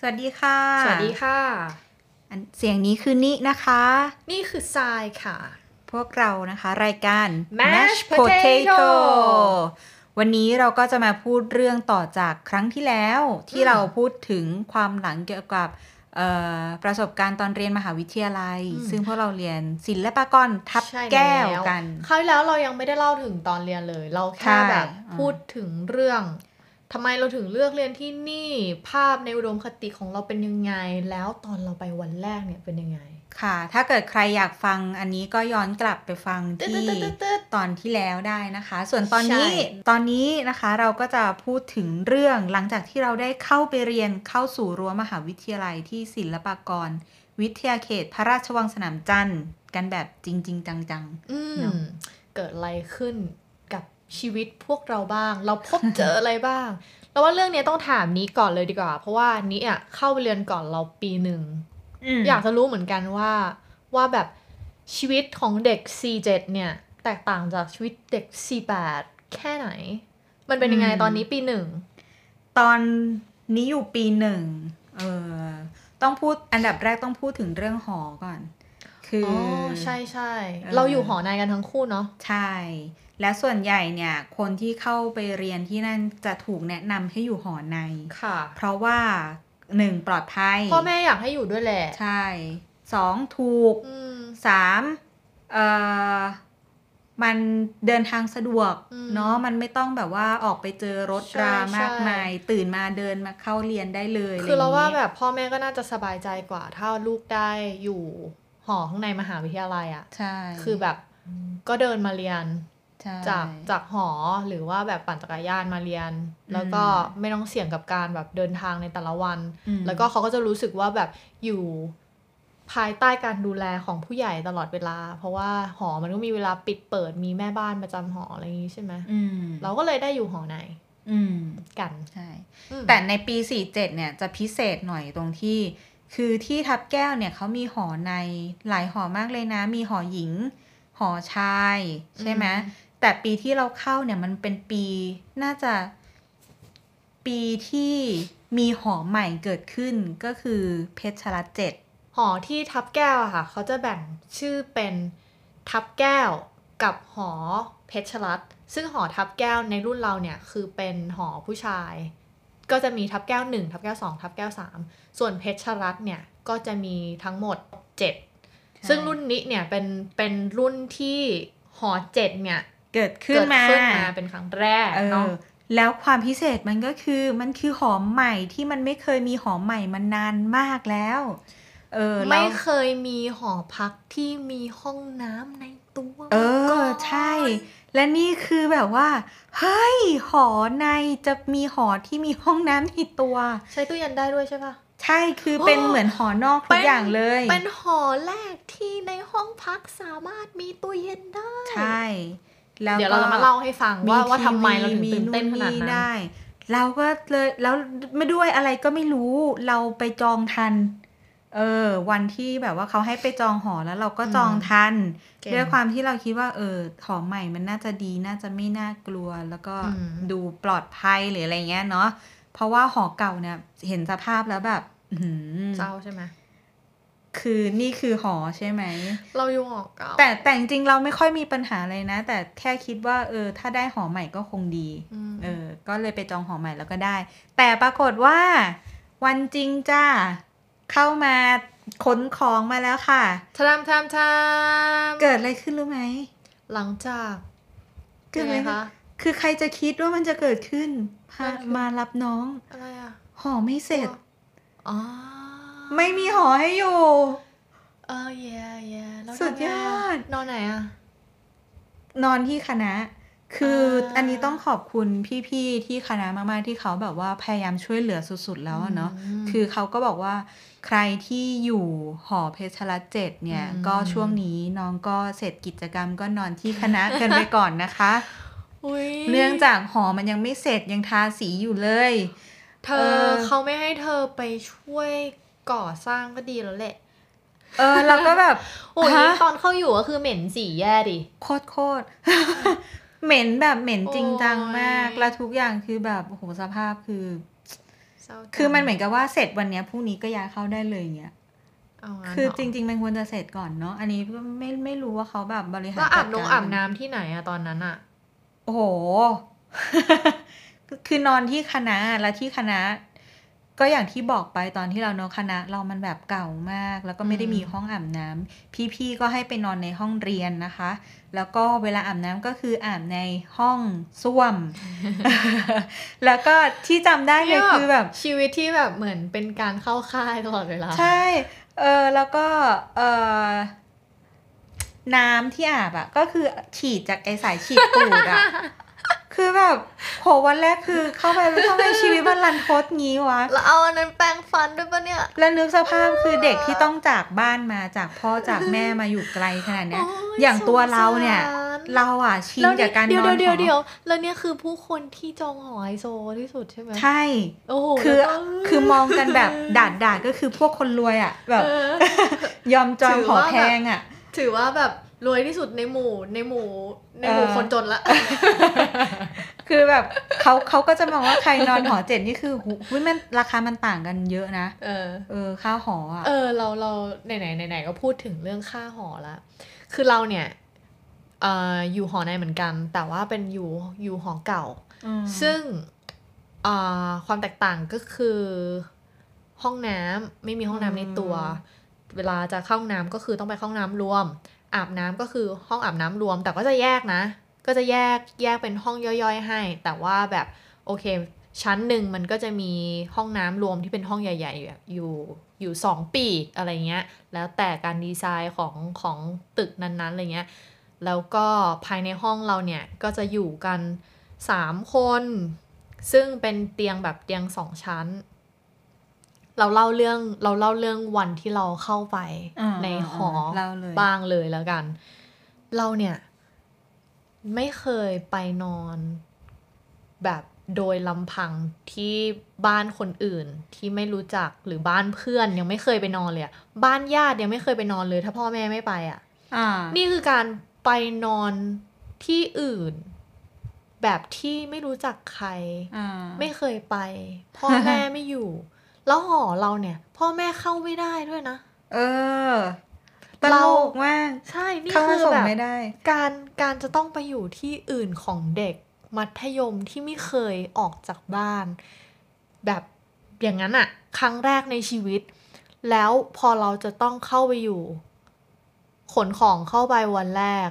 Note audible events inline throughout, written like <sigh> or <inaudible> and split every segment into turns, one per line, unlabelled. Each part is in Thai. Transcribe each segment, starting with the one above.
สวัสดีค่ะ
สวัสดีค่ะ
อันเสียงนี้คือนินะคะ
นี่คือทรายค่ะ
พวกเรานะคะ รายการ
Mash
Mash
Potato
วันนี้เราก็จะมาพูดเรื่องต่อจากครั้งที่แล้ว ที่
อืม
เราพูดถึงความหลังเกี่ยวกับเอ่อประสบการณ์ตอนเรียนมหาวิทยาลัย
อืม
ซึ่งพวกเราเรียนศิลปากรทับ
ใช่
แก้ว
ล้
กัน
คราวที่แล้วเรายังไม่ได้เล่าถึงตอนเรียนเลย เรา
ใช่
แค่แบบ
อ่า
พูดถึงเรื่องทำไมเราถึงเลือกเรียนที่นี่ ภาพในอุดมคติของเราเป็นยังไง แล้วตอนเราไปวันแรกเนี่ยเป็นยังไง
ค่ะ ถ้าเกิดใครอยากฟังอันนี้ก็ย้อนกลับไปฟัง
ตึ๊ด
ที่
ตึ๊ดตึ๊ดตึ๊ดตึ๊ด
ตอนที่แล้วได้นะคะ ส่วนตอนนี้
ใช่
ตอนนี้นะคะเราก็จะพูดถึงเรื่องหลังจากที่เราได้เข้าไปเรียนเข้าสู่รั้วมหาวิทยาลัยที่ศิลปากร วิทยาเขตพระราชวังสนามจันทร์กันแบบจริง ๆ จัง
อืม
เนอะ
เกิดอะไรขึ้นกับชีวิตพวกเราบ้าง เราพบเจออะไรบ้าง แล้วว่าเรื่องเนี้ยต้องถามนี้ก่อนเลยดีกว่า เพราะว่านี้อ่ะเข้าไปเรียนก่อนเราปีหนึ่ง
ๆม
อยากจะรู้เหมือนกันว่าว่าแบบชีวิตของเด็ก C7 เนี่ย แตกต่างจากชีวิตเด็ก C8 แค่ไหน มันเป็นยังไงตอนนี้ปีหนึ่ง
ตอนนี้อยู่ปีหนึ่งเออต้องพูดอันดับแรกต้องพูดถึงเรื่องหอก่อน คือ
อ๋อ
อ
ใช่ใช่
เออ
เราอยู่หอในกันทั้งคู่เนาะ
ใช่ และส่วนใหญ่เนี่ยคนที่เข้าไปเรียนที่นั่นจะถูกแนะนำให้อยู่หอใน
ค่ะ
เพราะว่าหนึ่งปลอดภัย
พ่อแม่อยากให้อยู่ด้วยแหละ
ใช่สองถูก
อืม
สามเอ่อมันเดินทางสะดวก
อืม
เนาะมันไม่ต้องแบบว่าออกไปเจอรถ
ใช่
รามาก
ใช่
มาย ตื่นมาเดินมาเข้าเรียนได้เลย
คือเราว่า
ะไย่งงี้
แบบพ่อแม่ก็น่าจะสบายใจกว่า ถ้าลูกได้อยู่หอข้างในมหาวิทยาลัยอะ่ะ
ใช่
คือแบบก็เดินมาเรียน
ใช่
จากจากหอหรือว่าแบบปั่นจักรยานมาเรียน
อืม
แล้วก็ไม่ต้องเสี่ยงกับการแบบเดินทางในแต่ละวัน
อืม
แล้วก็เขาก็จะรู้สึกว่าแบบอยู่ภายใต้การดูแลของผู้ใหญ่ตลอดเวลา เพราะว่าหอมันก็มีเวลาปิดเปิดมีแม่บ้านประจำหออะไรอย่างนี้ใช่ไหม
อืม
เราก็เลยได้อยู่หอใน
อืม
กัน
ใช่
อืม
แต่ในปี 47 เนี่ยจะพิเศษหน่อยตรงที่ คือที่ทับแก้วเนี่ยเขามีหอในหลายหอมากเลยนะ มีหอหญิง หอชาย ใช่ไหมแต่ปีที่เราเข้าเนี่ยมันเป็นปีน่าจะ ปีที่มีหอใหม่เกิดขึ้นก็คือเพชรรัตเจ็ด
หอที่ทับแก้วอะค่ะ เขาจะแบ่งชื่อเป็นทับแก้วกับหอเพชรรัตน์ซึ่งหอทับแก้วในรุ่นเราเนี่ยคือเป็นหอผู้ชาย ก็จะมีทับแก้วหนึ่งทับแก้วสองทับแก้วสามส่วนเพชรรัตน์เนี่ยก็จะมีทั้งหมดเจ็ด ซึ่งรุ่นนี้เนี่ยเป็นเป็นรุ่นที่หอเจ็ดเนี่ย
เกิดขึ้น
เกิด
มา
ขึ้นมาเป็นครั้งแรก
เอ
เนาะ
อแล้วความพิเศษมันก็คือมันคือหอมใหม่ที่มันไม่เคยมีหอมใหม่มานานมากแล้ว เออแล้ว
ไม่เคยมีหอพักที่มีห้องน้ำในตัว
เอ
มาก่
อน ใช่ และนี่คือแบบว่า เฮ้ย หอในจะมีหอที่มีห้องน้ำในตัว
ใช้ตู้เย็นได้ด้วยใช่ปะ
ใช่คือเป็น
โอ้
เหมือนหอนอกทุกอย่างเลย
เป็นหอแรกที่ในห้องพักสามารถมีตู้เย็นได้
ใช่แล้ว
เดี๋ยวเราจะมาเล่าให้ฟังว่าว่าทำไมเราถึงตื่นเต้นขนาด
มี
นั้น
ได้ เราก็เลยแล้วไม่ด้วยอะไรก็ไม่รู้เราไปจองทัน เออ วันที่แบบว่าเขาให้ไปจองหอแล้วเราก็จอง
อืม
ทัน
เก่ง
ด้วยความที่เราคิดว่าเออของใหม่มันน่าจะดีน่าจะไม่น่ากลัว แล้วก็
อืม
ดูปลอดภัยหรืออะไรเงี้ยเนาะเพราะว่าหอเก่าเนี่ยเห็นสภาพแล้วแบบอื้อหือ
เศร้าใช่ไหม
คือนี่คือหอใช่ไหม
เราอยู่หอเก่า
แต่แต่จริงๆเราไม่ค่อยมีปัญหาเลยนะ แต่แค่คิดว่าเออถ้าได้หอใหม่ก็คงดี
อืม
เออ ก็เลยไปจองหอใหม่แล้วก็ได้ แต่ปรากฏว่า วันจริงจ้าเข้ามาขนของมาแล้วค่ะ
ทำทำทำ
เกิดอะไรขึ้นรู้ไหม
หลังจาก
เกิด
ป็น
อะ
ไง
ไรขึ้น
คะ
คือใครจะคิดว่ามันจะเกิดขึ้นพา
เกิดขึ้น
มารับน้อง
อะไรอ่ะ
หอไม่เสร็จ
อ๋อ
ไม่มีหอให้อยู่
เออเย่เย่แล้ว
สุดยอด
นอนไหนอ่ะ
นอนที่คณะ คืออา อันนี้ต้องขอบคุณพี่ ๆ ที่คณะมาก ๆ ที่เขาแบบว่าพยายามช่วยเหลือสุด ๆ แล้วอะเนาะ
ม
คือเขาก็บอกว่าใครที่อยู่หอเพชรรัตน์เจ็ดเนี่ย
อืม
ก็ช่วงนี้น้องก็เสร็จกิจกรรมก็นอนที่คณะกันไปก่อนนะคะ
อุ๊ย
เนื่องจากหอมันยังไม่เสร็จยังทาสีอยู่เลย
เธ
เอ
อ
อ
เขาไม่ให้เธอไปช่วยก่อสร้างก็ดีแล้วแหละ
เออเราก็แบบ
โอ้ย
ฮะ
ตอนเข้าอยู่ก็คือเหม็นสีแย่ดิ
โคตรโคตร <laughs> เหม็นแบบเหม็นจริงจังมาก
โอ้ย
และทุกอย่างคือแบบโอ้โหสภาพคือ
เศร้าจัง
คือมันเหมือนกับว่าเสร็จวันเนี้ยพรุ่งนี้ก็ย้ายเข้าได้เลยอย่างเงี้ย
เอางั้น
คือ
เห
จริง ๆ มันควรจะเสร็จก่อนเนาะ อันนี้ก็ไม่ไม่รู้ว่าเขาแบบบริหาร
แล้วอาบนง
จัดกร
อาบน้ำที่ไหนอะตอนนั้นอะ
โอ้โห <laughs> คือคือนอนที่คณะและที่คณะ ก็อย่างที่บอกไปตอนที่เรานอนคณะ เรามันแบบเก่ามาก แล้วก็ไม่ได้มีห้องอาบน้ำพี่ๆก็ให้ไปนอนในห้องเรียนนะคะ แล้วก็เวลาอาบน้ำก็คืออาบในห้องส้ว <laughs> ม แล้วก็ที่จำได้เลยคือแบบ
ชีวิตที่แบบเหมือนเป็นการเข้าค่ายตลอดเวลา
ใช่ เออแล้วก็ เออน้ำที่อาบอะก็คือฉีดจากไอสายฉีดตูด
<laughs>
อะคือแบบโหวันแรกคือเข้าไปแล้วทำไมชีวิตมันรันทดงี้วะ
แล้วเอาอันนั้นแปรงฟันด้วยปะเนี่ย
แล้วนึกสภาพคือเด็กที่ต้องจากบ้านมาจากพ่อจากแม่มาอยู่ไกลขนาดเนี้ย
โอ้
อย่างตัวเราเนี่ย
สงสาร
เราอะชินจากการนอน
เดี๋ยว
ห
เดี๋ยวเดี๋ย
อ
วแล้วเนี่ยคือผู้คนที่จองหอไอโซที่สุดใช่ไหม
ใช่
โอ้โห
คือ
แล้วก็
คือมองกัน
<laughs>
แบบด่าดๆก็คือพวกคนรวยอะแบบ
เออ
ยอมจอง
ถือ
ขอ
ว่าแบบ
แพงอะ
ถือว่าแบบรวยที่สุดในหมู่ในหมู่ในหมู่
เออ
คนจนละ
คือแบบ <laughs> เขาเขาก็จะมองว่าใครนอนหอเจ็ดนี่คือหูหุ้ยมันราคามันต่างกันเยอะนะ
เออ
เออค่าหออ่ะ
เออเราเราไหนไหนไหนไหนก็พูดถึงเรื่องค่าหอละ คือเราเนี่ยเอ่ออยู่หอในเหมือนกัน แต่ว่าเป็นอยู่อยู่หอเก่า ซึ่งเอ่อความแตกต่างก็คือห้องน้ำไม่มีห้องน้ำในตัว
อืม
เวลาจะเข้าห้องน้ำก็คือต้องไปเข้าห้องน้ำรวม อาบน้ำก็คือห้องอาบน้ำรวม แต่ก็จะแยกนะ ก็จะแยกแยกเป็นห้องย่อยๆ ให้ แต่ว่าแบบโอเค ชั้นหนึ่งมันก็จะมีห้องน้ำรวมที่เป็นห้องใหญ่ๆอยู่อยู่อยู่สองปีกอะไรเงี้ย แล้วแต่การดีไซน์ของของตึกนั้นๆอะไรเงี้ย แล้วก็ภายในห้องเราเนี่ยก็จะอยู่กัน สามคน ซึ่งเป็นเตียงแบบเตียงสองชั้น เราเล่าเรื่องเราเล่าเรื่องวันที่เราเข้าไป
อ่า
ในหอ
เล่าเลย
บ้างเลยแล้วกัน เราเนี่ย ไม่เคยไปนอน แบบโดยลำพังที่บ้านคนอื่นที่ไม่รู้จักหรือบ้านเพื่อนยังไม่เคยไปนอนเลยอะบ้านญาติยังไม่เคยไปนอนเลย ถ้าพ่อแม่ไม่ไปอ่ะ
อ่า
นี่คือการไปนอนที่อื่น แบบที่ไม่รู้จักใคร
อ่า
ไม่เคยไป พ่อแม่ไม่อยู่ แล้วหอเราเนี่ย พ่อแม่เข้าไม่ได้ด้วยนะ
เออต
เรา
ลกมาก
ใช่ นี่
เข้า
คื
มา
อ
ส่ง
แบบ
ไม่ได้
การการจะต้องไปอยู่ที่อื่นของเด็ก มัธยมที่ไม่เคยออกจากบ้าน แบบอย่างนั้นอะครั้งแรกในชีวิต แล้วพอเราจะต้องเข้าไปอยู่ ขนของเข้าไปวันแรก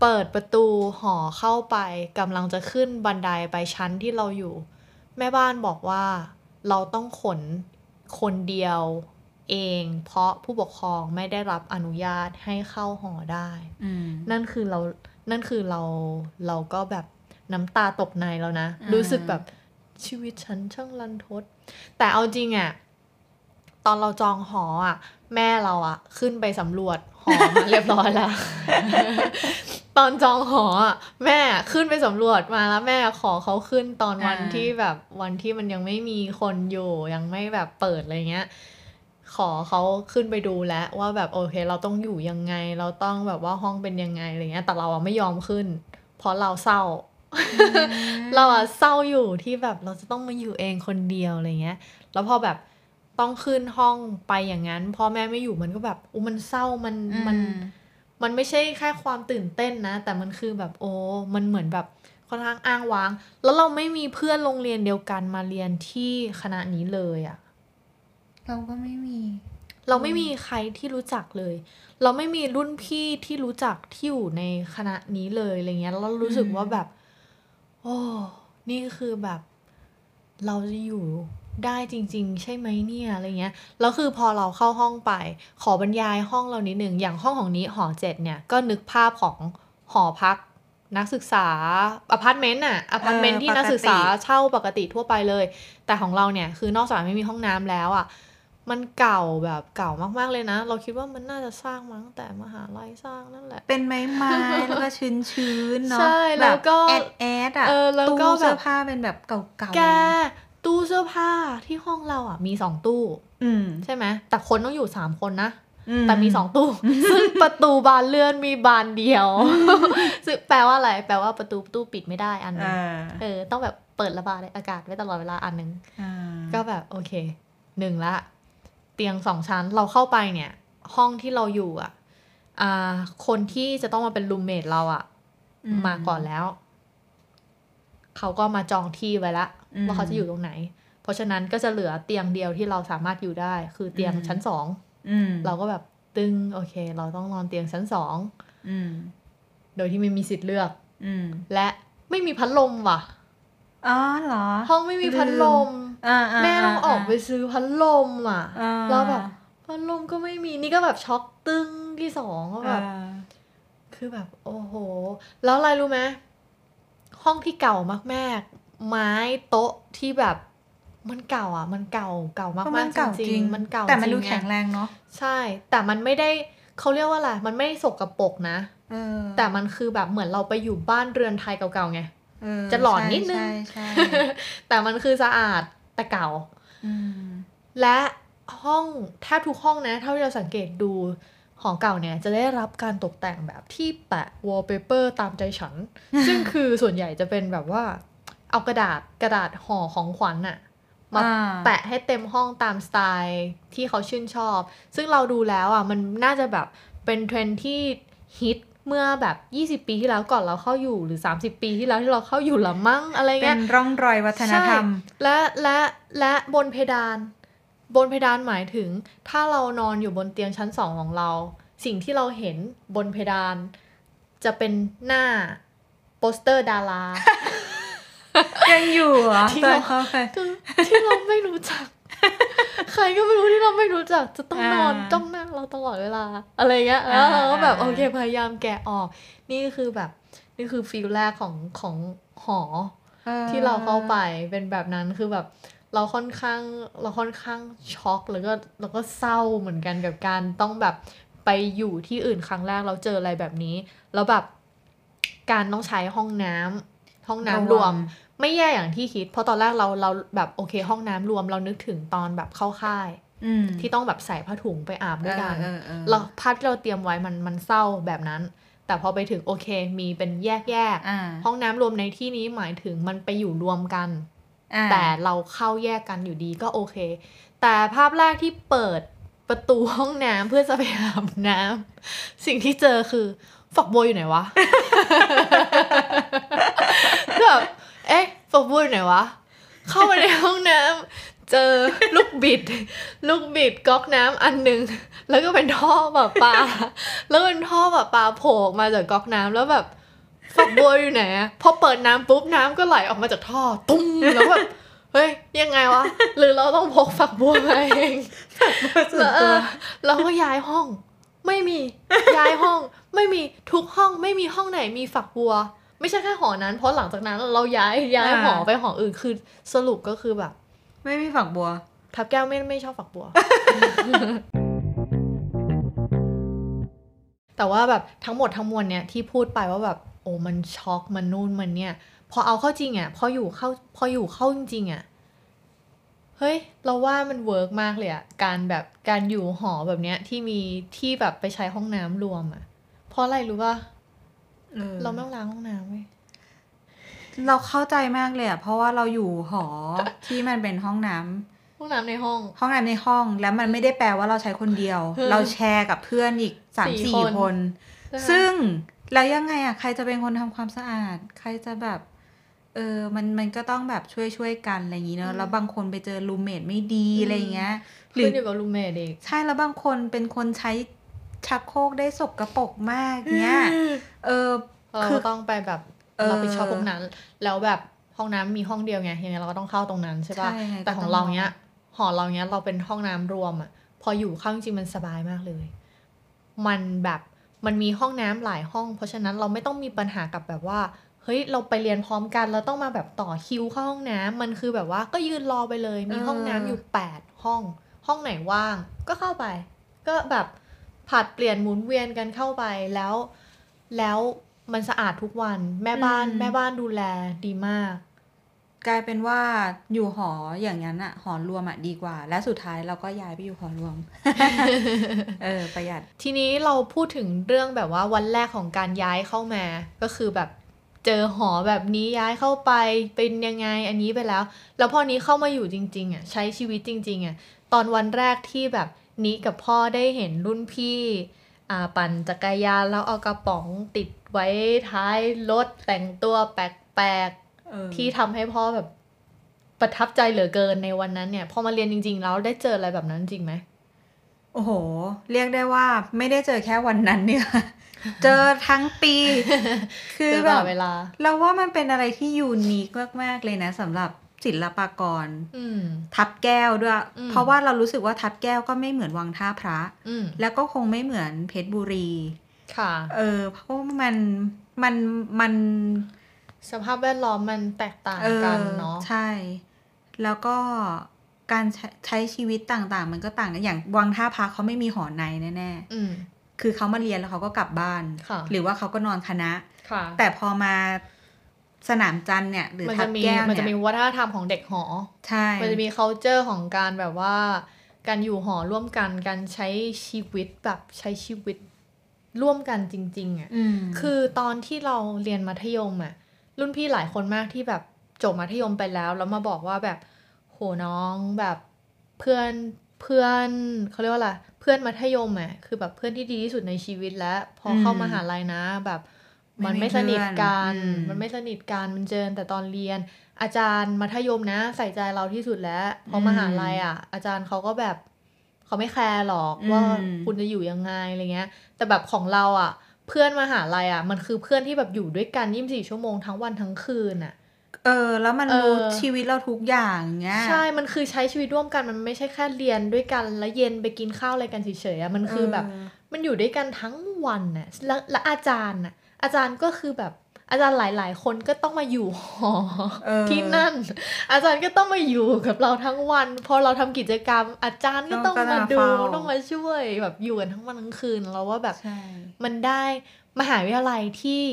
เปิดประตูหอเข้าไปกำลังจะขึ้นบันไดไปชั้นที่เราอยู่ แม่บ้านบอกว่าเราต้องขนคนเดียวเอง เพราะผู้ปกครองไม่ได้รับอนุญาตให้เข้าหอได้
อืม
นั่นคือเรา นั่นคือเรา เราก็แบบน้ำตาตกในแล้วนะ
อ่ารู้
รู้สึกแบบชีวิตฉันช่างรันทด แต่เอาจริงอะตอนเราจองหออะแม่เราอะขึ้นไปสำรวจหอมาเรียบ <laughs> ร้อยแล้ว ตอนจองหออะแม่ขึ้นไปสำรวจมาแล้วแม่ขอเขาขึ้นตอนวันที่แบบวันที่มันยังไม่มีคนอยู่ยังไม่แบบเปิดอะไรเงี้ย ขอเขาขึ้นไปดูแล้วว่าแบบโอเค เราต้องอยู่ยังไง เราต้องแบบว่าห้องเป็นยังไงอะไรเงี้ยแต่เราอะไม่ยอมขึ้น เพราะเราเศร้า เราอะเศร้าอยู่ที่แบบเราจะต้องมาอยู่เองคนเดียวอะไรเงี้ย แล้วพอแบบต้องขึ้นห้องไปอย่างนั้นพ่อแม่ไม่อยู่มันก็แบบอู้มันเศร้ามัน
อื
มัน มันไม่ใช่แค่ความตื่นเต้นนะ แต่มันคือแบบโอ้มันเหมือนแบบค่อนข้างอ้างว้าง แล้วเราไม่มีเพื่อนโรงเรียนเดียวกันมาเรียนที่คณะนี้เลยอะ
เราก็ไม่มี
เราไม่มีใครที่รู้จักเลย เราไม่มีรุ่นพี่ที่รู้จักที่อยู่ในคณะนี้เลยอะไรเงี้ย แล้วเรารู้สึก
อืม
ว่าแบบ โอ้ นี่คือแบบ เราจะอยู่ได้จริง ๆ ใช่ไหมเนี่ยอะไรเงี้ย แล้วคือพอเราเข้าห้องไป ขอบรรยายห้องเรานิดหนึ่ง อย่างห้องของนี้หอเจ็ดเนี่ย ก็นึกภาพของหอพักนักศึกษาอพาร์ตเมนต์น่ะ อพาร์ตเมนต์ที่นักศึกษาเช่าปกติทั่วไปเลย แต่ของเราเนี่ย คือนอกจากไม่มีห้องน้ำแล้วอ่ะ มันเก่าแบบเก่ามากๆเลยนะ เราคิดว่ามันน่าจะสร้างมาตั้งแต่มหาลัยสร้างนั่นแหละ
เป็นไม้ไม้แล้วก็ชื้นชื้นๆเนาะ
ใช่แล้วก็
บบแอดแอดอะ
เออแล้ว
ตู้
ก็แบบ
เสื้อผ้าเป็นแบบเก่าๆ
แกตู้เสื้อผ้าที่ห้องเราอ่ะ มีสองตู้
อืม
ใช่ไหมแต่คนต้องอยู่สามคนนะ
อื
แต่มีสองตู้ ซึ่งประตูบานเลื่อนมีบานเดียว <laughs> ซึ่งแปลว่าอะไร แปลว่าประตูตู้ปิดไม่ได้อันหนึ
เอง อ
เออ ต้องแบบเปิดระบายอากาศไว้ตลอดเวลาอันหนึง
อ่า
ก็แบบโอเคหนึ่งละ เตียงสองชั้นเราเข้าไปเนี่ย ห้องที่เราอยู่อ่ะอ่าคนที่จะต้องมาเป็นรูมเมทเราอ่ะ มาก่อนแล้ว เขาก็มาจองที่ไว้ละ
อืม
ว่าเขาจะอยู่ตรงไหน เพราะฉะนั้นก็จะเหลือเตียงเดียวที่เราสามารถอยู่ได้ คือเตียง
อืม
ชั้นสอง
อืม
เราก็แบบตึงโอเค เราต้องนอนเตียงชั้นสอง
อืม
โดยที่ไม่มีสิทธิ์เลือก
อืม
และไม่มีพัดลมว่ะ
อ๋อเหรอ
ห้องไม่มีพัดลม
อ่าๆๆ
แม่ต้องออกไปซื้อพัดลมอ่ะ
อ่า
เราแบบพัดลมก็ไม่มีนี่ก็แบบช็อกตึ้งที่สองก็แบบ
อ่า
คือแบบโอ้โห แล้วอะไรรู้ไหมห้องที่เก่ามากๆ ไม้โต๊ะที่แบบมันเก่าอ่ะ มันเก่าเก่า
เพราะ
มากๆจริงๆมันเก่า
แต่มัน
จ
ดู
ริงๆ
แข็ง
อะ
แรงเนาะ
ใช่ แต่มันไม่ได้เขาเรียกว่าอะไรมันไม่สกปรกนะ
เออ
แต่มันคือแบบเหมือนเราไปอยู่บ้านเรือนไทยเก่าๆไง
เออ
จะหลอน
ใช่
นิดนึง
ใช่ใช่
<laughs> แต่มันคือสะอาดแต่เก่า
อืม
และห้องแทบทุกห้องนะเท่าที่เราสังเกตดูหอเก่าเนี่ยจะได้รับการตกแต่งแบบที่แปะ wallpaper ตามใจฉั
<laughs>
น ซึ่งคือส่วนใหญ่จะเป็นแบบว่า เอากระดาษกระดาษห่อของขวัญน่ะ มา
อ่
แปะให้เต็มห้องตามสไตล์ที่เขาชื่นชอบ ซึ่งเราดูแล้วอ่ะมันน่าจะแบบเป็นเทรนด์ที่ฮิตเมื่อแบบ 20 ปีที่แล้วก่อนเราเข้าอยู่หรือ 30 ปีที่แล้วที่เราเข้าอยู่ละมั้งอะไร
เป็
เงี้ย
นร่องรอยวัฒนธรรม
และและและบนเพดาน บนเพดานหมายถึง ถ้าเรานอนอยู่บนเตียงชั้นสองของเรา สิ่งที่เราเห็นบนเพดาน จะเป็นหน้าโปสเตอร์ดารา
ยังอยู่เหรอ
ที่
ตอน
เรา
เข้าไป
คือที่เราไม่รู้จัก ใครก็ไม่รู้ที่เราไม่รู้จัก จะต้องนอน
อ่า
จ้องหน้าเราตลอดเวลา อะไรเงี้ยแล้ว
อ่า
เราก็แบบ
อ่า
โอเคพยายามแกะออก นี่คือแบบนี่คือฟีลแรกของของหอ
ออ
ที่เราเข้าไปเป็นแบบนั้นคือแบบเราค่อนข้างเราค่อนข้างช็อกแล้วก็แล้วก็เศร้าเหมือนกันกับการต้องแบบไปอยู่ที่อื่นครั้งแรกเราเจออะไรแบบนี้ แล้วแบบการต้องใช้ห้องน้ำห้องน้ำรวม ไม่แย่อย่างที่คิด เพราะตอนแรกเราเราแบบโอเค ห้องน้ำรวมเรานึกถึงตอนแบบเข้าค่าย
อืม
ที่ต้องแบบใส่ผ้าถุงไปอาบด้วยกัน
เออออออ
เราภาพที่เราเตรียมไว้มันมันเศร้าแบบนั้น แต่พอไปถึงโอเค มีเป็นแยกแยกๆ
อ่า
ห้องน้ำรวมในที่นี้หมายถึงมันไปอยู่รวมกัน
อ่า
แต่เราเข้าแยกกันอยู่ดีก็โอเค แต่ภาพแรกที่เปิดประตูห้องน้ำเพื่อจะไปอาบน้ำสิ่งที่เจอคือฝักบัวอยู่ไหนวะ <laughs> แบบเอ๊ะฝักบัวอยู่ไหนวะ เข้าไปในห้องน้ำเจอลูกบิด ลูกบิดก๊อกน้ำอันหนึ่งแล้วก็เป็นท่อแบบปลา แล้วเป็นท่อแบบปลาโผล่ออกมาจากก๊อกน้ำแล้วแบบฝักบัวอยู่ไหนอะพอเปิดน้ำปุ๊บน้ำก็ไหลออกมาจากท่อ ตุ้มแล้วแบบเฮ้ยยังไงวะ <laughs> หรือเราต้องพกฝักบัวมาเองแล้วเออเราก็ย้ายห้อง ไม่ <laughs> มีย้ายห้อง ไม่มีทุกห้องไม่มีห้องไหนมีฝักบัว ไม่ใช่แค่หอนั้น เพราะหลังจากนั้นเราย้ายย้ายหอ
อ่า
ไปหออื่นคือสรุปก็คือแบบ
ไม่มีฝักบัว
ทับแก้วไม่ไม่ชอบฝัก
<laughs>
บัว แต่ว่าแบบทั้งหมดทั้งมวลเนี่ยที่พูดไปว่าแบบโอ้มันช็อกมันนู่นมันเนี่ย พอเอาเข้าจริงอะ่ะพออยู่เข้าพออยู่เข้าจริงๆอะ่ะเฮ้ย เราว่ามันเวิร์กมากเลยอะ่ะการแบบการอยู่หอแบบเนี้ยที่มีที่แบบไปใช้ห้องน้ำรวมอะ่ะเพราะอะไรรู้ป่ะ
เออ
เราไม่ต้องล้างห้องน้ำเว้ย
เราเข้าใจมากเลยอะเพราะว่าเราอยู่หอที่มันเป็นห้องน้ำ
ห้องน้ำในห้อง
ห้องน้ำในห้องแล้วมันไม่ได้แปลว่าเราใช้คนเดียว
เออ
เราแชร์กับเพื่อนอีกสาม
สี่
สี่
คน
คน ซึ่งแล้วยังไงอะใครจะเป็นคนทำความสะอาด ใครจะแบบ เออมันมันก็ต้องแบบช่วยช่วยๆกันอะไรอย่างนี้เนอะ
อืม
แล้วบางคนไปเจอรูเมทไม่ดี
อืม
อะไรอย่างเงี้ย ห
ห
รื
รือ ออยู่กับรูเมดอีก
ใช่แล้วบางคนเป็นคนใช้ชักโครกได้สกรปรกมากเนี้ยเออ
เรา
คือ
ก็ต้องไปแบบ
เออ
เราไปชอบตรงนั้น แล้วแบบห้องน้ำมีห้องเดียวไงยังไงเราก็ต้องเข้าตรงนั้นใช่ปะ
ใช่ไ
แต่ของ
ก็
เรา
ม
เนี้ยหอเราเนี้ยเราเป็นห้องน้ำรวมอ่ะ พออยู่เข้าจริงๆมันสบายมากเลย มันแบบมันมีห้องน้ำหลายห้อง เพราะฉะนั้นเราไม่ต้องมีปัญหากับแบบว่า เฮ้ยเราไปเรียนพร้อมกันเราต้องมาแบบต่อคิวเข้าห้องน้ำมันคือแบบว่าก็ยืนรอไปเลย มี
เออ
ห้องน้ำอยู่แปดห้อง ห้องไหนว่าง ก็เข้าไป ก็แบบผลัดเปลี่ยนหมุนเวียนกันเข้าไปแล้ว แล้วมันสะอาดทุกวันแม่บ้าน
อืม
แม่บ้านดูแลดีมาก
กลายเป็นว่าอยู่หออย่างนั้นอะหอรวมอะดีกว่า และสุดท้ายเราก็ย้ายไปอยู่หอร
<laughs>
วม เออ ประหยัด
ทีนี้เราพูดถึงเรื่องแบบว่าวันแรกของการย้ายเข้ามา ก็คือแบบ เจอหอแบบนี้ย้ายเข้าไปเป็นยังไงอันนี้ไปแล้ว แล้วพอนี้เข้ามาอยู่จริงๆอ่ะใช้ชีวิตจริงๆอ่ะตอนวันแรกที่แบบนี้กับพ่อได้เห็นรุ่นพี่อ่าปั่นจักรยานแล้วเอากระป๋องติดไว้ท้ายรถแต่งตัวแปลกๆ
เออ
ที่ทำให้พ่อแบบประทับใจเหลือเกินในวันนั้นเนี่ย พอมาเรียนจริง ๆ แล้วได้เจออะไรแบบนั้นจริงไหม
โอ้โห เรียกได้ว่าไม่ได้เจอแค่วันนั้นเนี่ย
<laughs>
เจอทั้งปี คือ
เจอต
แบ
ลอบ ดเวลา
เราว่ามันเป็นอะไรที่ยูนิคมากๆเลยนะสำหรับศิลปากร
อืม
ทับแก้วด้วย
อืม
เพราะว่าเรารู้สึกว่าทับแก้วก็ไม่เหมือนวังท่าพระ
อืม
แล้วก็คงไม่เหมือนเพชรบุรี
ค่ะ
เออเพราะว่ามันมันมัน
สภาพแวดล้อมมันแตกต่าง
เออ
กันเนาะ
ใช่ แล้วก็การใช้ใช้ชีวิตต่างๆ มันก็ต่างกันอย่างวังท่าพระเขาไม่มีหอในแน่
อืม
ๆคือเขามาเรียนแล้วเขาก็กลับบ้าน
ค่ะ
หรือว่าเขาก็นอนคณะ
ค่ะ
แต่พอมาสนามจันทร์เนี่ย หรือ
มัน
ทั
จะ
บ
มี
แก้ว
มันจะมี
เนี่ย
วัฒนธรรมของเด็กหอ
ใช่
มันจะมี c u เจอร์ของการแบบว่า การอยู่หอร่วมกันการใช้ชีวิตแบบใช้ชีวิตร่วมกันจริง ๆอ่ะ
อืม
คือตอนที่เราเรียนมัธยมอะรุ่นพี่หลายคนมากที่แบบจบมัธยมไปแล้ว แล้วมาบอกว่าแบบโหน้องแบบเพื่อนเพื่อนเขาเรียกว่าอะไรเพื่อนมัธยมอะคือแบบเพื่อนที่ดีที่สุดในชีวิตแล้ว พอเข้ามาหาลัยนะแบบ มันไม่สนิทกัน
อื
มันไม่สนิทกันมันเจอแต่ตอนเรียน อาจารย์มัธยมนะใส่ใจเราที่สุดแล้ว พอมาหาลัยอ่ะ อาจารย์เขาก็แบบเขาไม่แคร์หรอกว่าคุณจะอยู่ยังไงอะไรเงี้ย แต่แบบของเราอ่ะ เพื่อนมาหาลัยอ่ะ มันคือเพื่อนที่แบบอยู่ด้วยกันยี่สิบสี่ชั่วโมงทั้งวันทั้งคืนอ่ะ
เออ แล้วมัน
เออ
รู้ชีวิตเราทุกอย่างเงี้ย
ใช่ มันคือใช้ชีวิตร่วมกัน มันไม่ใช่แค่เรียนด้วยกัน แล้วเย็นไปกินข้าวอะไรกันเฉยๆอ่ะ มันคือแบบ มันอยู่ด้วยกันทั้งวันน่ะแล้วและอาจารย์น่ะ อาจารย์ก็คือแบบ อาจารย์หลาย ๆ คนก็ต้องมาอยู่หอ
เออ
ที่นั่น อาจารย์ก็ต้องมาอยู่กับเราทั้งวัน พอเราทำกิจกรรม อาจารย์ก็ต้องมาดู ต้องมาช่วย แบบอยู่กันทั้งวันทั้งคืน เราว่าแบบ
ใช่
มันได้มหาวิทยาลัยที่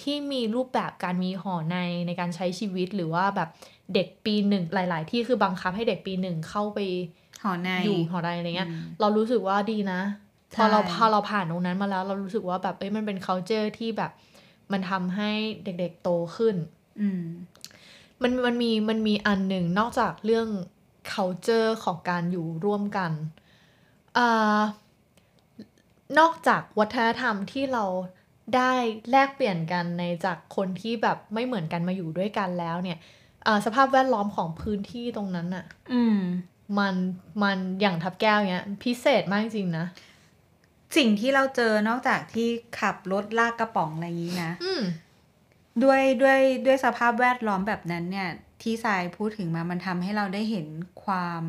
ที่มีรูปแบบการมีหอในในการใช้ชีวิตหรือว่าแบบเด็กปีหนึ่งหลาย ๆ ที่คือบังคับให้เด็กปีหนึ่งเข้าไป
หอใน
อยู่หอในอะไรเงี้ย
อืม
เรารู้สึกว่าดีนะ
ใช่
พอเราพอเราผ่านตรงนั้นมาแล้ว เรารู้สึกว่าแบบเอ้ยมันเป็น culture ที่แบบ มันทำให้เด็กๆโตขึ้น
อืม
มันมันมีมันมีอันหนึ่งนอกจากเรื่อง culture ของการอยู่ร่วมกันอานอกจากวัฒนธรรมที่เราได้แลกเปลี่ยนกันในจากคนที่แบบไม่เหมือนกันมาอยู่ด้วยกันแล้วเนี่ยอ่าสภาพแวดล้อมของพื้นที่ตรงนั้นอะ
อืม
มันมันอย่างทับแก้วเนี้ยพิเศษมากจริงๆนะ
สิ่งที่เราเจอนอกจากที่ขับรถลากกระป๋องอะไรอย่างนี้นะ
อืม
ด้วยด้วยด้วยสภาพแวดล้อมแบบนั้นเนี่ย ที่ทรายพูดถึงมามันทำให้เราได้เห็นความ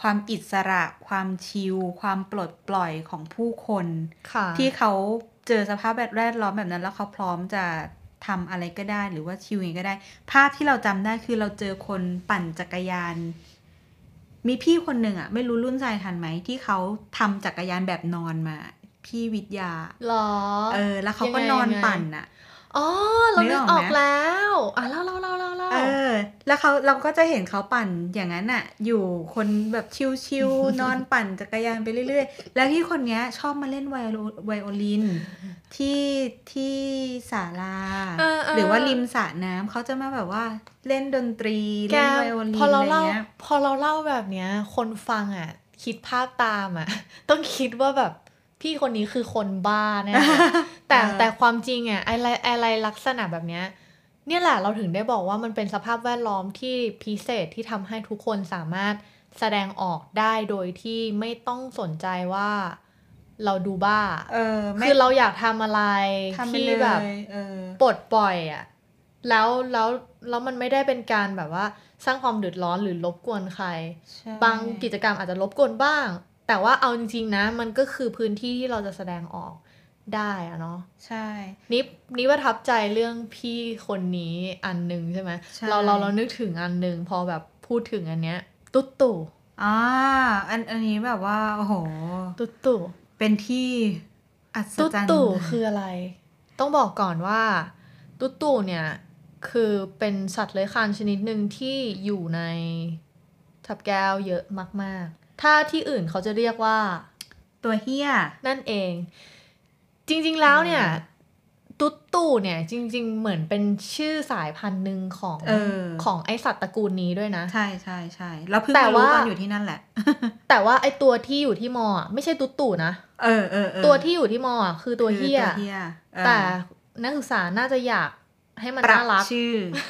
ความอิสระ ความชิลความปลดปล่อยของผู้คน
ค่ะ
ที่เขาเจอสภาพแวดล้อมแบบนั้น แล้วเขาพร้อมจะทำอะไรก็ได้ หรือว่าชิลยังไงก็ได้ ภาพที่เราจำได้คือเราเจอคนปั่นจักรยาน มีพี่คนหนึ่งอะไม่รู้รุ่นชายทันไหมที่เขาทำจักรยานแบบนอนมา พี่วิทยา
หรอ
เออ แล้วเขาก็
ยังไง
นอน
ยังไง
ปั่นอะ
อ๋อเรานึกออกแล้วอ่ะเล่าเล่าเล่าเล่าเล่า
เออ แล้วเขาเราก็จะเห็นเขาปั่นอย่างนั้นอะอยู่คนแบบชิล
<laughs>
ๆ นอนปั่นจักรยานไปเรื่อยๆ แล้วพี่คนเนี้ยชอบมาเล่นไวโอลินไวโอลิน ที่ที่ศาลา
เออเออ
หรือว่าริมสระน้ำเขาจะมาแบบว่าเล่นดนตรี
แก
เล่นไวโอลิน
พอเรา
อะไร
เล่า
เงี้ย
พอเราเล่าแบบเนี้ย คนฟังอ่ะ <laughs> คิดภาพตามอ่ะ ต้องคิดว่าแบบพี่คนนี้คือคนบ้า
<laughs>
แน่เลยแต่แต่ความจริงอ่ะอะไรอะไรลักษณะแบบเนี้ยเนี่ยแหละเราถึงได้บอกว่ามันเป็นสภาพแวดล้อมที่พิเศษที่ทำให้ทุกคนสามารถแสดงออกได้โดยที่ไม่ต้องสนใจว่าเราดูบ้า
เออไม่
คือเราอยากทำอะไร
ทำไป
ที่
เลย
แบบ
เออ
ปลดปล่อยอะแล้วแล้วแล้วมันไม่ได้เป็นการแบบว่าสร้างความเดือดร้อนหรือรบกวนใคร
ใช่
บางกิจกรรมอาจจะรบกวนบ้าง แต่ว่าเอาจริงๆนะ มันก็คือพื้นที่ที่เราจะแสดงออกได้อะเนาะ
ใช่
นี่นี่ประทับใจเรื่องพี่คนนี้อันหนึงใช่ไหม
ใช่
เราเราเรานึกถึงอันหนึงพอแบบพูดถึงอันเนี้ย ตุ๊ตู่
อ่าอันอันนี้แบบว่าโอ้โห
ตุ๊ตู่
เป็นที่อัศ
ตุ๊
จรรย์
ตู่คืออะไร ต้องบอกก่อนว่า ตุ๊ตู่เนี่ย คือเป็นสัตว์เลื้อยคลานชนิดหนึ่งที่อยู่ในทับแก้วเยอะมาก ๆ ถ้าที่อื่นเขาจะเรียกว่า
ตัวเฮีย
นั่นเอง จริง ๆ แล้วเนี่ย ตุ๊ดตู่เนี่ยจริง ๆ เหมือนเป็นชื่อสายพันธุ์หนึ่งของ
เออ
ของไอสัตว์ตระกูลนี้ด้วยนะ
ใช่ใช่ใช่แล้วเพิ่ง
แต่
มารู้
ว่า
ตอนอยู่ที่นั่นแหละ
แต่ว่าไอตัวที่อยู่ที่มออะไม่ใช่ตุ๊ดตู่นะ
เออเออเออ
ตัวที่อยู่ที่มออะคือตัวเฮีย
คือตัวเฮียเออ
แต่นักศึกษาน่าจะอยากให้มัน
ปรับ
น่ารัก
ชื่อ
<laughs>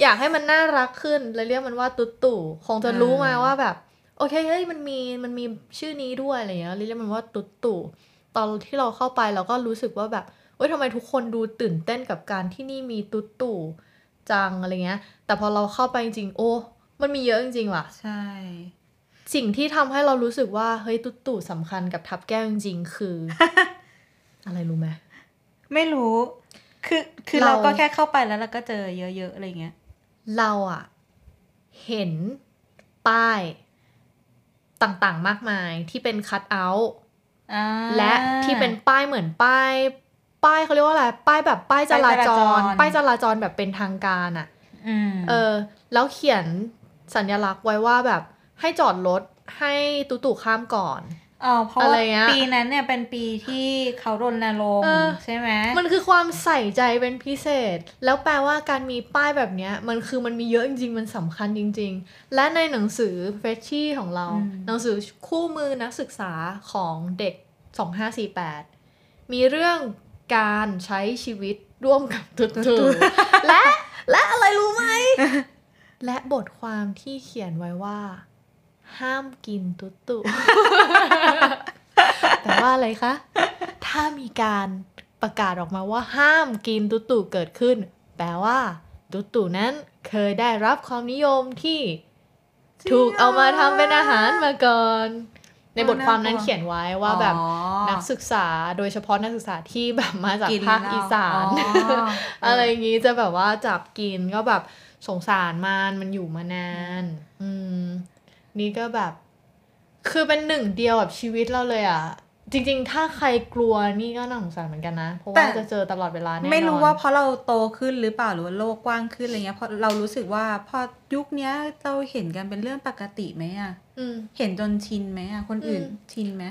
อยากให้มันน่ารักขึ้นเลยเรียกมันว่าตุ๊ดตู่คงจะ
อ่ารู้
รู้มาว่าแบบ โอเคเฮ้ยมันมีมันมีชื่อนี้ด้วยอะไรเงี้ยเลยเรียกมันว่าตุ๊ดตู่ตอนที่เราเข้าไปเราก็รู้สึกว่าแบบเว้ยทำไมทุกคนดูตื่นเต้นกับการที่นี่มีตุ๊ดตู่จังอะไรเงี้ย แต่พอเราเข้าไปจริงๆโอ้ มันมีเยอะจริงๆว่ะ
ใช่
สิ่งที่ทำให้เรารู้สึกว่าเฮ้ยตุ๊ดตู่สำคัญกับทับแก้วจริงๆ คือ
<laughs>
อะไรรู้ไหม
ไม่รู้ คือคือ
เรา
เราก็แค่เข้าไปแล้วเราก็เจอเยอะๆอะไรเงี้ย
เราอะเห็นป้ายต่างๆมากมายที่เป็นคัตเอาท์
อ่า
และที่เป็นป้ายเหมือนป้าย ป้ายเขาเรียกว่าอะไร ป้ายแบบป้ายจราจร ป้ายจราจรแบบเป็นทางการอะ
อืม
เออ แล้วเขียนสัญลักษณ์ไว้ว่าแบบให้จอดรถให้ตุตุข้ามก่อน
เออเพราะว่า
อะไรเงี้ย
ปีนั้นเนี่ยเป็นปีที่เขารณรง
เอ
ค์
อ
ใช่ไหม
มันคือความใส่ใจเป็นพิเศษ แล้วแปลว่าการมีป้ายแบบเนี้ย มันคือมันมีเยอะจริงๆ มันสำคัญจริง ๆ และในหนังสือเฟชชี่ของเรา หนังสือคู่มือนักศึกษาของเด็ก 2548 มีเรื่องการใช้ชีวิตร่วมกับตุ๊ตูและ และอะไรรู้ไหม และบทความที่เขียนไว้ว่า ห้ามกินตุ๊ตุ <laughs> แต่ว่าอะไรคะ ถ้ามีการประกาศออกมาว่าห้ามกินตุ๊ตุเกิดขึ้น แปลว่า ตุ๊ตุนั้นเคยได้รับความนิยมที่ถูกเอามาทำเป็นอาหารมาก่อน ในบทความนั้นเขียนไว้ว่าแบบ
อ๋อ
นักศึกษาโดยเฉพาะนักศึกษาที่แบบมาจาก
กิน
ภาคอีสาน
เหล้อ๋อ
<laughs> อะไรอย่างงี้จะแบบว่าจับกินก็แบบสงสารมันมันอยู่มานาน อืม นี่ก็แบบ คือเป็นหนึ่งเดียวกับชีวิตเราเลยอ่ะ จริง ๆ ถ้าใครกลัวนี่ก็น่าสงสารเหมือนกันนะ เพราะ
แต่
ว่าจะเจอตลอดเวลาแน่นอน
ไม่รู้ว่าเพราะเราโตขึ้นหรือเปล่าหรือว่าโลกกว้างขึ้นอะไรเงี้ยเพราะเรารู้สึกว่าพอยุคเนี้ยเราเห็นกันเป็นเรื่องปกติไหมอะ
อืม
เห็นจนชินไหมอะคนอื่น
อืม
ชินไหม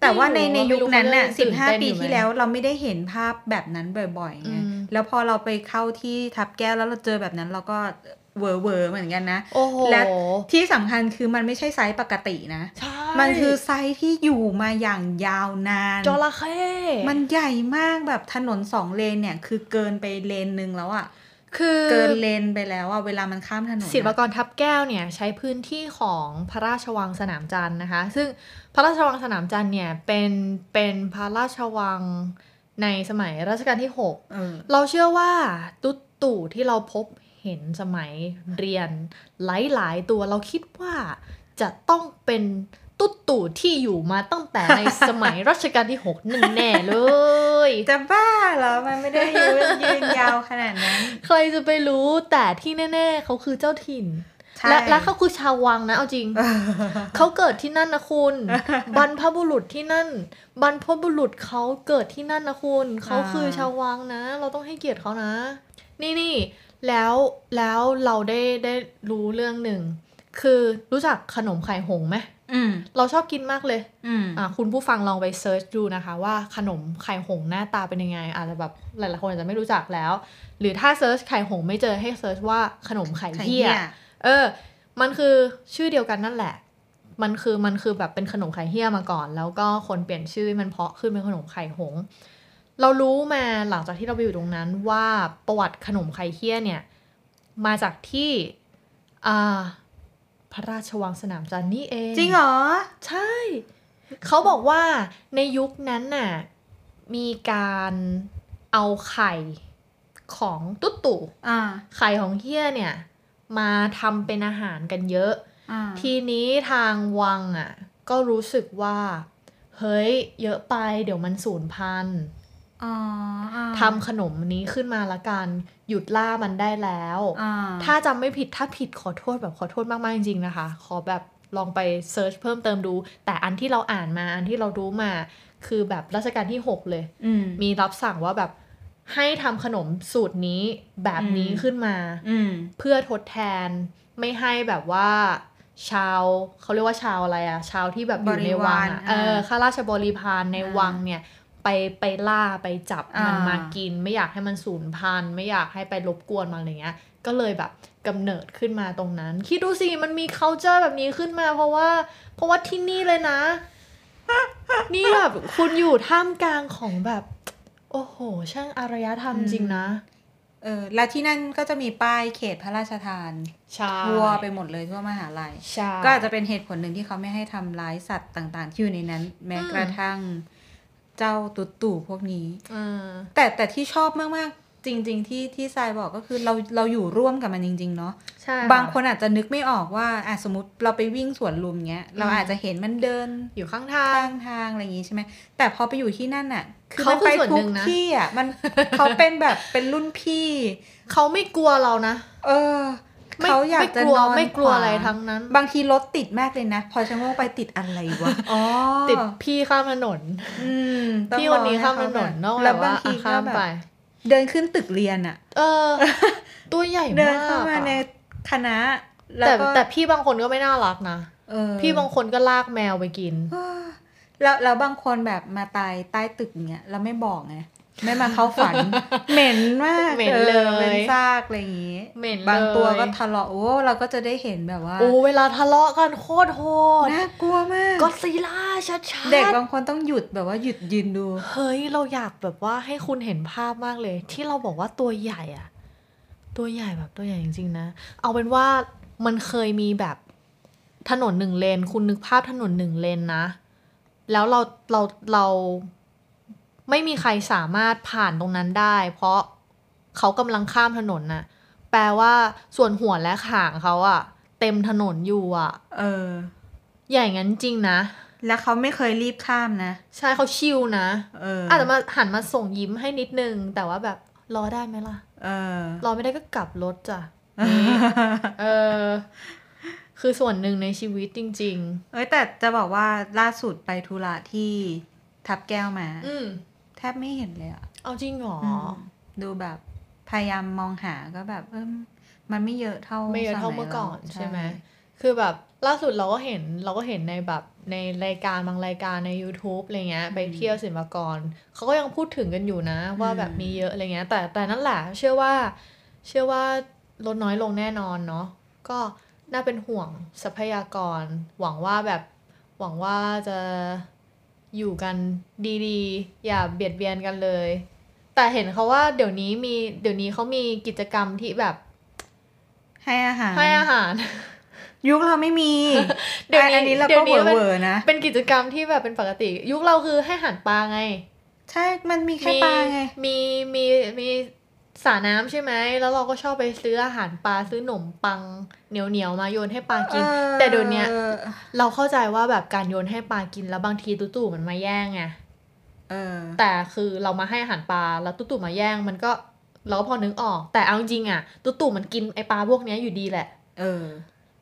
แต่ว่าในใน
ไม่รู้
ยุคนั้นน่ะ
ไม่รู้
สิบห้า
เขาจะยัง
ปี
ตื่นเต้นอยู่ไหม
ที่แล้วเราไม่ได้เห็นภาพแบบนั้นบ่อยๆไง
อืม
แล้วพอเราไปเข้าที่ทับแก้วแล้วเราเจอแบบนั้นเราก็เวอร์เวอร์เหมือนกันนะ
โอ้โห
และ ที่สำคัญคือมันไม่ใช่ไซส์ปกตินะ
ใช่
มันคือไซส์ที่อยู่มาอย่างยาวนาน
จระเข้
มันใหญ่มากแบบถนนสองเลนเนี่ย คือเกินไปเลนหนึ่งแล้วอะ่ะ
คือ
เกินเลนไปแล้วอะ่ะเวลามันข้ามถนนอะ
ศิลปากรทับแก้วเนี่ย ใช้พื้นที่ของพระราชวังสนามจันทร์นะคะ ซึ่งพระราชวังสนามจันทร์เนี่ยเป็นเป็นพระราชวังในสมัยรัชกาลที่หก
เออ
เราเชื่อว่าตุ๊ดตู่ที่เราพบเห็นสมัยเรียน หลาย ๆ ตัวเราคิดว่าจะต้องเป็นตุ๊ดตู่ที่อยู่มาตั้งแต่ใน สมัยรัชกาลที่
<laughs>
6 นั่นแน่เลย
จะบ้าเหรอ มันไม่ได้ยืนยืนยาวขนาดนั้น
ใครจะไปรู้แต่ที่แน่ ๆ เขาคือเจ้าถิ่น
ใช่
และและเขาคือชาววังนะ เอาจริง
เออ
เขาเกิดที่นั่นนะคุณ <laughs> บรรพบุรุษที่นั่น บรรพบุรุษเขาเกิดที่นั่นนะคุณ เขาคือชาววังนะ เราต้องให้เกียรติเขานะ นี่นี่แล้วแล้วเราได้ได้รู้เรื่องหนึ่ง คือรู้จักขนมไข่หงส์ไหม
อืม
เราชอบกินมากเลย
อืม
อ่ะคุณผู้ฟังลองไปเซิร์ชดูนะคะ ว่าขนมไข่หงส์หน้าตาเป็นยังไง อาจจะแบบหลายๆคนอาจจะไม่รู้จักแล้ว หรือถ้าเซิร์ชไข่หงส์ไม่เจอให้เซิร์ชว่าขนมไข่
ไข่
เหี้
เหี้
ย
ย
เออ มันคือชื่อเดียวกันนั่นแหละ มันคือมันคือแบบเป็นขนมไข่เฮี้ยมาก่อน แล้วก็คนเปลี่ยนชื่อให้มันเพาะขึ้นเป็นขนมไข่หงส์เรารู้มาหลังจากที่เราไปอยู่ตรงนั้นว่าประวัติขนมไข่เฮี้ยเนี่ย มาจากที่อ่าพระราชวังสนามจันทร์นี่เอง
จริงเหรอ
ใช่ เขาบอกว่าในยุคนั้นน่ะมีการเอาไข่ของตุ๊ตตู่
อ่า
ไข่ของเฮียเนี่ย มาทำเป็นอาหารกันเยอะ
อ่า
ทีนี้ทางวังอ่ะ ก็รู้สึกว่า เฮ้ย เยอะไปเดี๋ยวมันสูญพันธุ์
อ๋ออ่า
ทำขนมนี้ขึ้นมาละกัน หยุดล่ามันได้แล้ว
อ่า
ถ้าจำไม่ผิดถ้าผิดขอโทษแบบขอโทษมาก ๆ จริง ๆ นะคะ ขอแบบลองไปเซิร์ชเพิ่มเติมดู แต่อันที่เราอ่านมาอันที่เรารู้มา คือแบบรัชกาลที่ 6 เลย
อืม
มีรับสั่งว่าแบบให้ทำขนมสูตรนี้แบบนี้
อืม
ขึ้นมา
อืม
เพื่อทดแทนไม่ให้แบบว่าชาวเขาเรียกว่าชาวอะไรอะชาวที่แบบอยู่ในวัง
บริวา
อะ
ร
เออข้าราชบริพารใน
อ่า
วังเนี่ย ไปไปล่าไปจับมัน
อ่าม
มากิน ไม่อยากให้มันสูญพันธุ์ ไม่อยากให้ไปรบกวนมันอะไรเงี้ย ก็เลยแบบกำเนิดขึ้นมาตรงนั้น คิดดูสิมันมี c u เจอร์แบบนี้ขึ้นมา เพราะว่า เพราะว่าที่นี่เลยนะ นี่แบบคุณอยู่ท่ามกลางของแบบ โอ้โห ช่างอารยธรรมจริงนะ
เออและที่นั่นก็จะมีป้ายเขตพระราชทาน
ใช่
ทั่วไปหมดเลยทั่วมหาลัย
ใช่
ก็อาจจะเป็นเหตุผลหนึ่งที่เขาไม่ให้ทำร้ายสัตว์ต่างๆ ที่อยู่ในนั้น แม้กระทั่งเจ้าตุ๊ดตู่พวกนี้
เออ
แต่แต่ที่ชอบมากๆ จริง ๆ ที่ที่ทรายบอกก็คือเราเราอยู่ร่วมกับมันจริง ๆ เนาะ
ใช่
บางคนอาจจะนึกไม่ออกว่าอ่ะสมมติเราไปวิ่งสวนลุมเงี้ย เราอาจจะเห็นมันเดิน
อยู่ข้างทา
ข้า
ง
งทางอะไรอย่างงี้ใช่ไหมแต่พอไปอยู่ที่นั่นอ่ะ คือ
เขา
มัน
คือ
ไป
ส่วน
ทุ
หนึ่
ก
งนะ
ที่อ่ะมันเขาเป็นแบบเป็นรุ่นพี่
เขาไม่กลัวเรานะ
เออ
ไม่
เขาอยากจะ
ไม่กลัวน
อน
ไม่กลัว
ขวาง
อะไรทั้งนั้น
บางทีรถติดมากเลยนะ พอชะโงกไปติดอะไรวะ อ๋อ
ติดพี่ข้ามถนน
อืมต้อง
พี่วันนี้
รอให้
ข้ามถนนนอก
แล้
แล้ว ว
บา
ว่าง
ทีก็
ข้าม
แบ
ไป
บเดินขึ้นตึกเรียนอะ
เอ
<laughs>
อ ตัวใหญ่
เดิ
มาน ก
เข้ามาใน
อะ
คณะแล้ว
แต่
ก็
แต่พี่บางคนก็ไม่น่ารักนะ
เออ
พี่บางคนก็ลากแมวไปกิน
แล้วแล้วบางคนแบบมาตายใต้ตึกเนี้ยแล้วไม่บอกไงไม่มาเข้า
<laughs>
ฝัน เหม็นมาก
เหม็น
ออ
เลย
เป็นซากอะไรอย่างงี้
เหม็น
บางตัว
เลย
ก็ทะเลาะโอ้เราก็จะได้เห็นแบบว่า
โอ้เวลาทะเลาะกันโคตรโหด
น่ากลัวมาก
ก็อดซีล่าชัดๆ
เด็กบางคนต้องหยุดแบบว่าหยุดยืนดู
เฮ้ยเราอยากแบบว่าให้คุณเห็นภาพมากเลย ที่เราบอกว่าตัวใหญ่อะตัวใหญ่แบบตัวใหญ่จริงๆนะ เอาเป็นว่ามันเคยมีแบบถนนหนึ่งเลน คุณนึกภาพถนนหนึ่งเลนนะ แล้วเราเราเราไม่มีใครสามารถผ่านตรงนั้นได้ เพราะเขากำลังข้ามถนนน่ะ แปลว่าส่วนหัวและหางเขาอะเต็มถนนอยู่อะ
เออ
ใหญ่งั้นจริงนะ
แล้วเขาไม่เคยรีบข้ามนะ
ใช่เขาชิลนะ
เออ
อาจจะมาหันมาส่งยิ้มให้นิดนึง แต่ว่าแบบรอได้ไหมล่ะ
เออ
รอไม่ได้ก็กลับรถจ้ะนี่ เออ คือส่วนหนึ่งในชีวิตจริง
เอ้ยแต่จะบอกว่าล่าสุดไปธุระที่ทับแก้วมา
ๆ อืม
แทบไม่เห็นเลยอะ
เอาจริงเหรอ
มดูแบบพยายามมองหาก็แบบเอมมันไม่เยอะเท่า
ไม่เยอะเท่า
สย
เมื่อก่อน
รา
ใช่ไหม คือแบบล่าสุดเราก็เห็นเราก็เห็นในแบบในรายการบางรายการใน YouTube อะไรเงี้ยไปเที่ยวศิลปากรเขาก็ยังพูดถึงกันอยู่นะ ว่าแบบมีเยอะอะไรเงี้ย แต่แต่นั่นแหละเชื่อว่า เชื่อว่าลดน้อยลงแน่นอนเนาะก็น่าเป็นห่วงทรัพยากร หวังว่าแบบหวังว่าจะอยู่กันดีๆ อย่าเบียดเบียนกันเลย แต่เห็นเขาว่าเดี๋ยวนี้มีเดี๋ยวนี้เขามีกิจกรรมที่แบบ
ให้อาหาร
ให้อาหาร
ยุคเราไม่มี
เดี๋ยวนี้
อันนี้เรา
เดี๋
ก็
ยวนี้
เวอร์
มัน
เวอร์นะ
เป็นกิจกรรมที่แบบเป็นปกติ ยุคเราคือให้อาหันปลาไง
ใช่มันมีแค่
มี
ปลาไง
มีมีมีสระน้ำใช่ไหมแล้วเราก็ชอบไปซื้ออาหารปลาซื้อหนมปังเหนียวเหนียวๆมาโยนให้ปลากิน
เออ
แต่เดี๋ยวเนี้ยเราเข้าใจว่าแบบการโยนให้ปลากินแล้วบางทีตุ๊ตู่มันมาแย่งไง
เออ
แต่คือเรามาให้อาหารปลาแล้วตุ๊ตู่มาแย่งมันก็เราก็พอนึกออก แต่เอาจริงๆอ่ะตุ๊ตู่มันกินไอปลาพวกเนี้ยอยู่ดีแหละ
เออ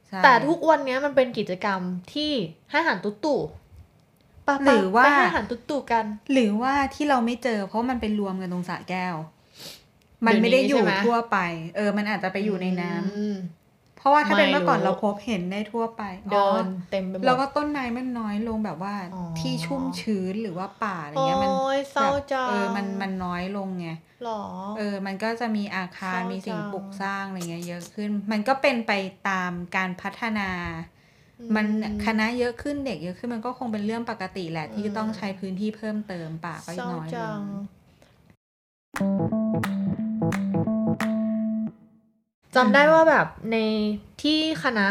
ใช่
แต่ทุกวันเนี้ยมันเป็นกิจกรรมที่ให้อาหารตุ๊ตู่ปะ
หรือว่า
ไปให้อาหารตุ๊ตู่กัน
หรือว่าที่เราไม่เจอ เพราะมันไปรวมกันตรงสระแก้ว มันไม่ได้อ
เดี๋ย
ยู่
วนี้ใช่ไหม
ทั่วไป เออ มันอาจจะไปอยู่ในน้ำ
อืม
เพราะว่าถ้าเป็นเมื่อก่อน
ไม่รู้
เราพบเห็นได้ทั่วไป
เดิน
อ๋
เต็มไปห
อ
มด
แล้วก็ต้นไม้มันน้อยลงแบบว่า
อ๋อ
ที่ชุ่มชื้นหรือว่าป่าอะไร
โอ้
เงี้ยมัน
ยเศร้า
แบบ
จัง
เออมันมันน้อยลงไง
หรอ
เออ มันก็จะมีอาคาร
เศร้ามี
มีสิ่ง
จัง
ปลูกสร้างอะไรเงี้ยเยอะขึ้น มันก็เป็นไปตามการพัฒนา มันคณะเยอะขึ้นเด็กเยอะขึ้นมันก็คงเป็นเรื่องปกติแหละที่ต้องใช้พื้นที่เพิ่มเติมป่าก็
เศร้า
น้อยล
จั
ง
งจำได้ว่าแบบในที่คณะ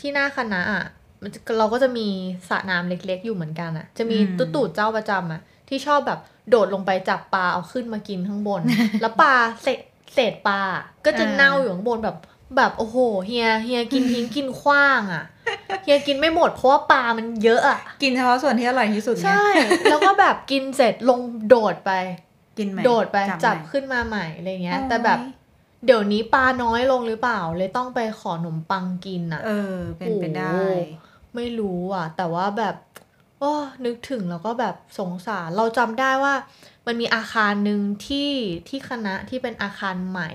ที่หน้าคณะอ่ะมันจะเราก็จะมีสระน้ำเล็กๆอยู่เหมือนกันอ่ะ จะมี
อืม
ตุ๊ตู่เจ้าประจำอ่ะ ที่ชอบแบบโดดลงไปจับปลาเอาขึ้นมากินข้างบ <laughs> น แล้วปลาเศษเศษปลาก็จะเน่าอยู่ข้างบนแบบแบบโอ้โหเฮียเฮียกินทิ้ง <laughs> กินขว้างอ่ะเฮียกินไม่หมดเพราะว่าปลามันเยอะอ่ะ
กินเฉพาะส่วนที่อร่อยที่สุดไง
ใช่ แล้วก็แบบกินเสร็จลงโดดไป
กินไหม
โดดไป
ไหม
จับขึ้นมาใหม่อะไรเงี้ย
โอ้ย
แต่แบบเดี๋ยวนี้ปลาน้อยลงหรือเปล่า เลยต้องไปขอขนมปังกินอ่ะ
เออ เป็นไปได้
โอ้ ไม่รู้อ่ะ แต่ว่าแบบโอ้นึกถึงแล้วก็แบบสงสาร เราจำได้ว่า มันมีอาคารหนึ่งที่ที่คณะที่เป็นอาคารใหม่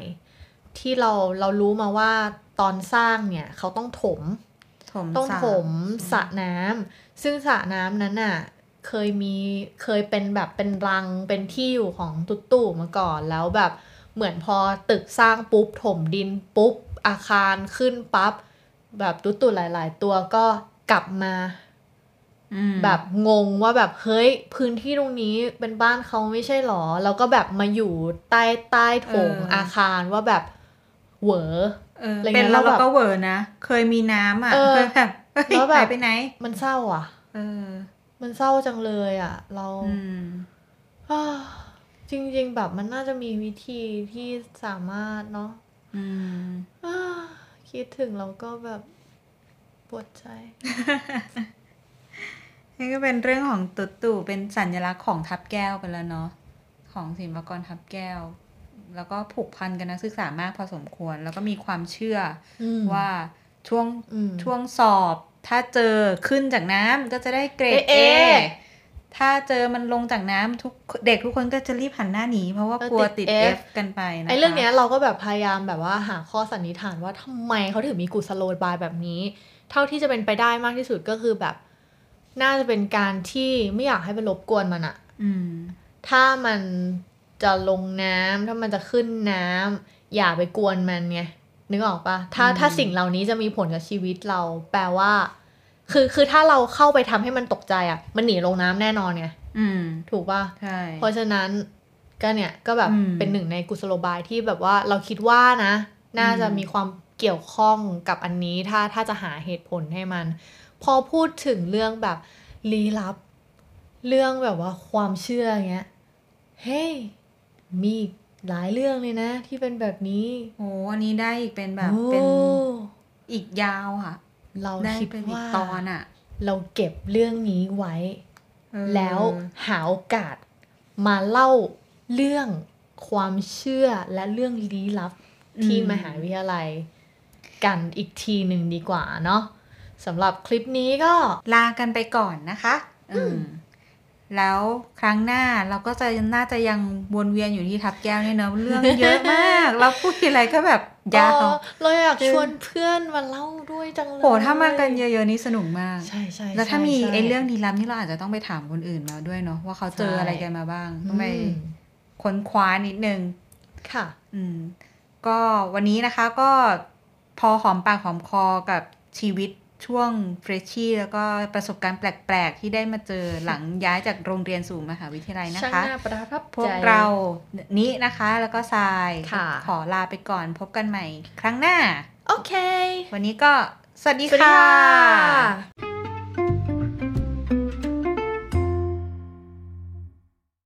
ที่เราเรารู้มาว่าตอนสร้างเนี่ย เขาต้องถม
ถม
ต้อง
สระ
ถมสระน้ำซึ่งสระน้ำนั้นน่ะ เคยมีเคยเป็นแบบเป็นรังเป็นที่อยู่ของตุ๊ตู่มาก่อนแล้วแบบเหมือนพอตึกสร้างปุ๊บถมดินปุ๊บอาคารขึ้นปั๊บแบบตุ๊ตู่หลาย ๆ ตัวก็กลับมา
อืม
แบบงงว่าแบบเฮ้ยพื้นที่ตรงนี้เป็นบ้านเขาไม่ใช่หรอ แล้วก็แบบมาอยู่ใต้ใต้โถงอาคารว่าแบบเหวอ
เออ
อะไรเงี้ย
เป็นเรา
แล้วแบบ
ก็เวอร์นะ เคยมีน้ำอ่ะ
เออ
เคยแบบ <laughs> เฮ้ย
แล้วแบบ
หายไปไหน
มันเศร้าอ่ะ
เออ
มันเศร้าจังเลยอ่ะ เรา
อืม
อ้าว <sighs> จริงๆแบบมันน่าจะมีวิธีที่สามารถเนาะ <sighs>
อืม
อ้าวคิดถึงเราก็แบบปวดใจ
นี่ก็เป็นเรื่องของตุดตู่เป็นสัญลักษณ์ของทับแก้วไปแล้วเนาะของศิลปากรทับแก้ว แล้วก็ผูกพันกันนักศึกษามากพอสมควร แล้วก็มีความเชื่อ
อืม
อว่าช่วง
อืม
ช่วงสอบถ้าเจอขึ้นจากน้ำก็จะได้เกรด
เอ
เอ
เอ
ถ้าเจอมันลงจากน้ำทุกเด็กทุกคนก็จะรีบหันหน้าหนี เพราะว่ากลัวติด
เอฟ
F กันไปนะคะ
ไอ้เรื่องเนี้ยเราก็แบบพยายามแบบว่าหาข้อสันนิษฐานว่าทำไมเขาถึงมีกุศโลบายแบบนี้ เท่าที่จะเป็นไปได้มากที่สุดก็คือแบบ น่าจะเป็นการที่ไม่อยากให้ไปรบกวนมันอะ
อืม
ถ้ามันจะลงน้ำถ้ามันจะขึ้นน้ำอย่าไปกวนมันไงนึกออกปะถ้า
อืม
ถ้าสิ่งเหล่านี้จะมีผลกับชีวิตเรา แปลว่า คือคือถ้าเราเข้าไปทำให้มันตกใจอะมันหนีลงน้ำแน่นอนไง
อืม
ถูกปะ
ใช่
เพราะฉะนั้นก็เนี่ยก็แบบ
อืม
เป็นหนึ่งในกุศโลบายที่แบบว่าเราคิดว่านะ น่าจะ
อืม
มีความเกี่ยวข้องกับอันนี้ถ้าถ้าจะหาเหตุผลให้มัน พอพูดถึงเรื่องแบบลี้ลับ เรื่องแบบว่าความเชื่อเงี้ยเฮ้ยมีอีกหลายเรื่องเลยนะ ที่เป็นแบบนี้
โอ้อันนี้ได้อีกเป็นแบบเป็น
โอ้
อีกยาวค่ะ
เรา
ได้
คิด
เป็นอีก
ว่า
ตอนอ่ะ
เราเก็บเรื่องนี้ไว้
เออ
แล้วหาโอกาสมาเล่าเรื่องความเชื่อและเรื่องลี้ลับ
อืม
ที่มหาวิทยาลัย กันอีกทีหนึ่งดีกว่าเนาะสำหรับคลิปนี้ก็
ลากันไปก่อนนะคะ
อืม
อืม แล้วครั้งหน้าเราก็จะน่าจะยังวนเวียนอยู่ที่ทับแก้วเนี่ยเนอะเรื่องเยอะมาก <laughs> เราพูดทีไรก็แบบยาว
เออเราอยากชวนเพื่อนมาเล่าด้วยจังเลย
โหถ้ามากันเยอะๆนี่สนุกมาก
ใช่ใช่
แล้วถ้า
ใช่
มี
ใช่
ไอ้เรื่องดีลับนี่เราอาจจะต้องไปถามคนอื่นมาด้วยเนาะว่าเขาเจอ
ใช่
อะไรกันมาบ้างต้องไป
อืม
ค้นคว้านิดนึง
ค่ะ
อืม ก็วันนี้นะคะก็พอหอมปากหอมคอกับชีวิตช่วงเฟรชชี่แล้วก็ประสบการณ์แปลกๆ ที่ได้มาเจอหลังย้ายจากโรงเรียนสู่มหาวิทยาลัยนะ
ช่าง
คะ
น่าประทับ
พว
ใจ
กเรานี้นะคะแล้วก็ทราย
ค่ะ
ขอลาไปก่อนพบกันใหม่ ครั้งหน้า
โอเค
วันนี้ก็สวัสดี
สวัสดี
ค่ะ
ค่ะ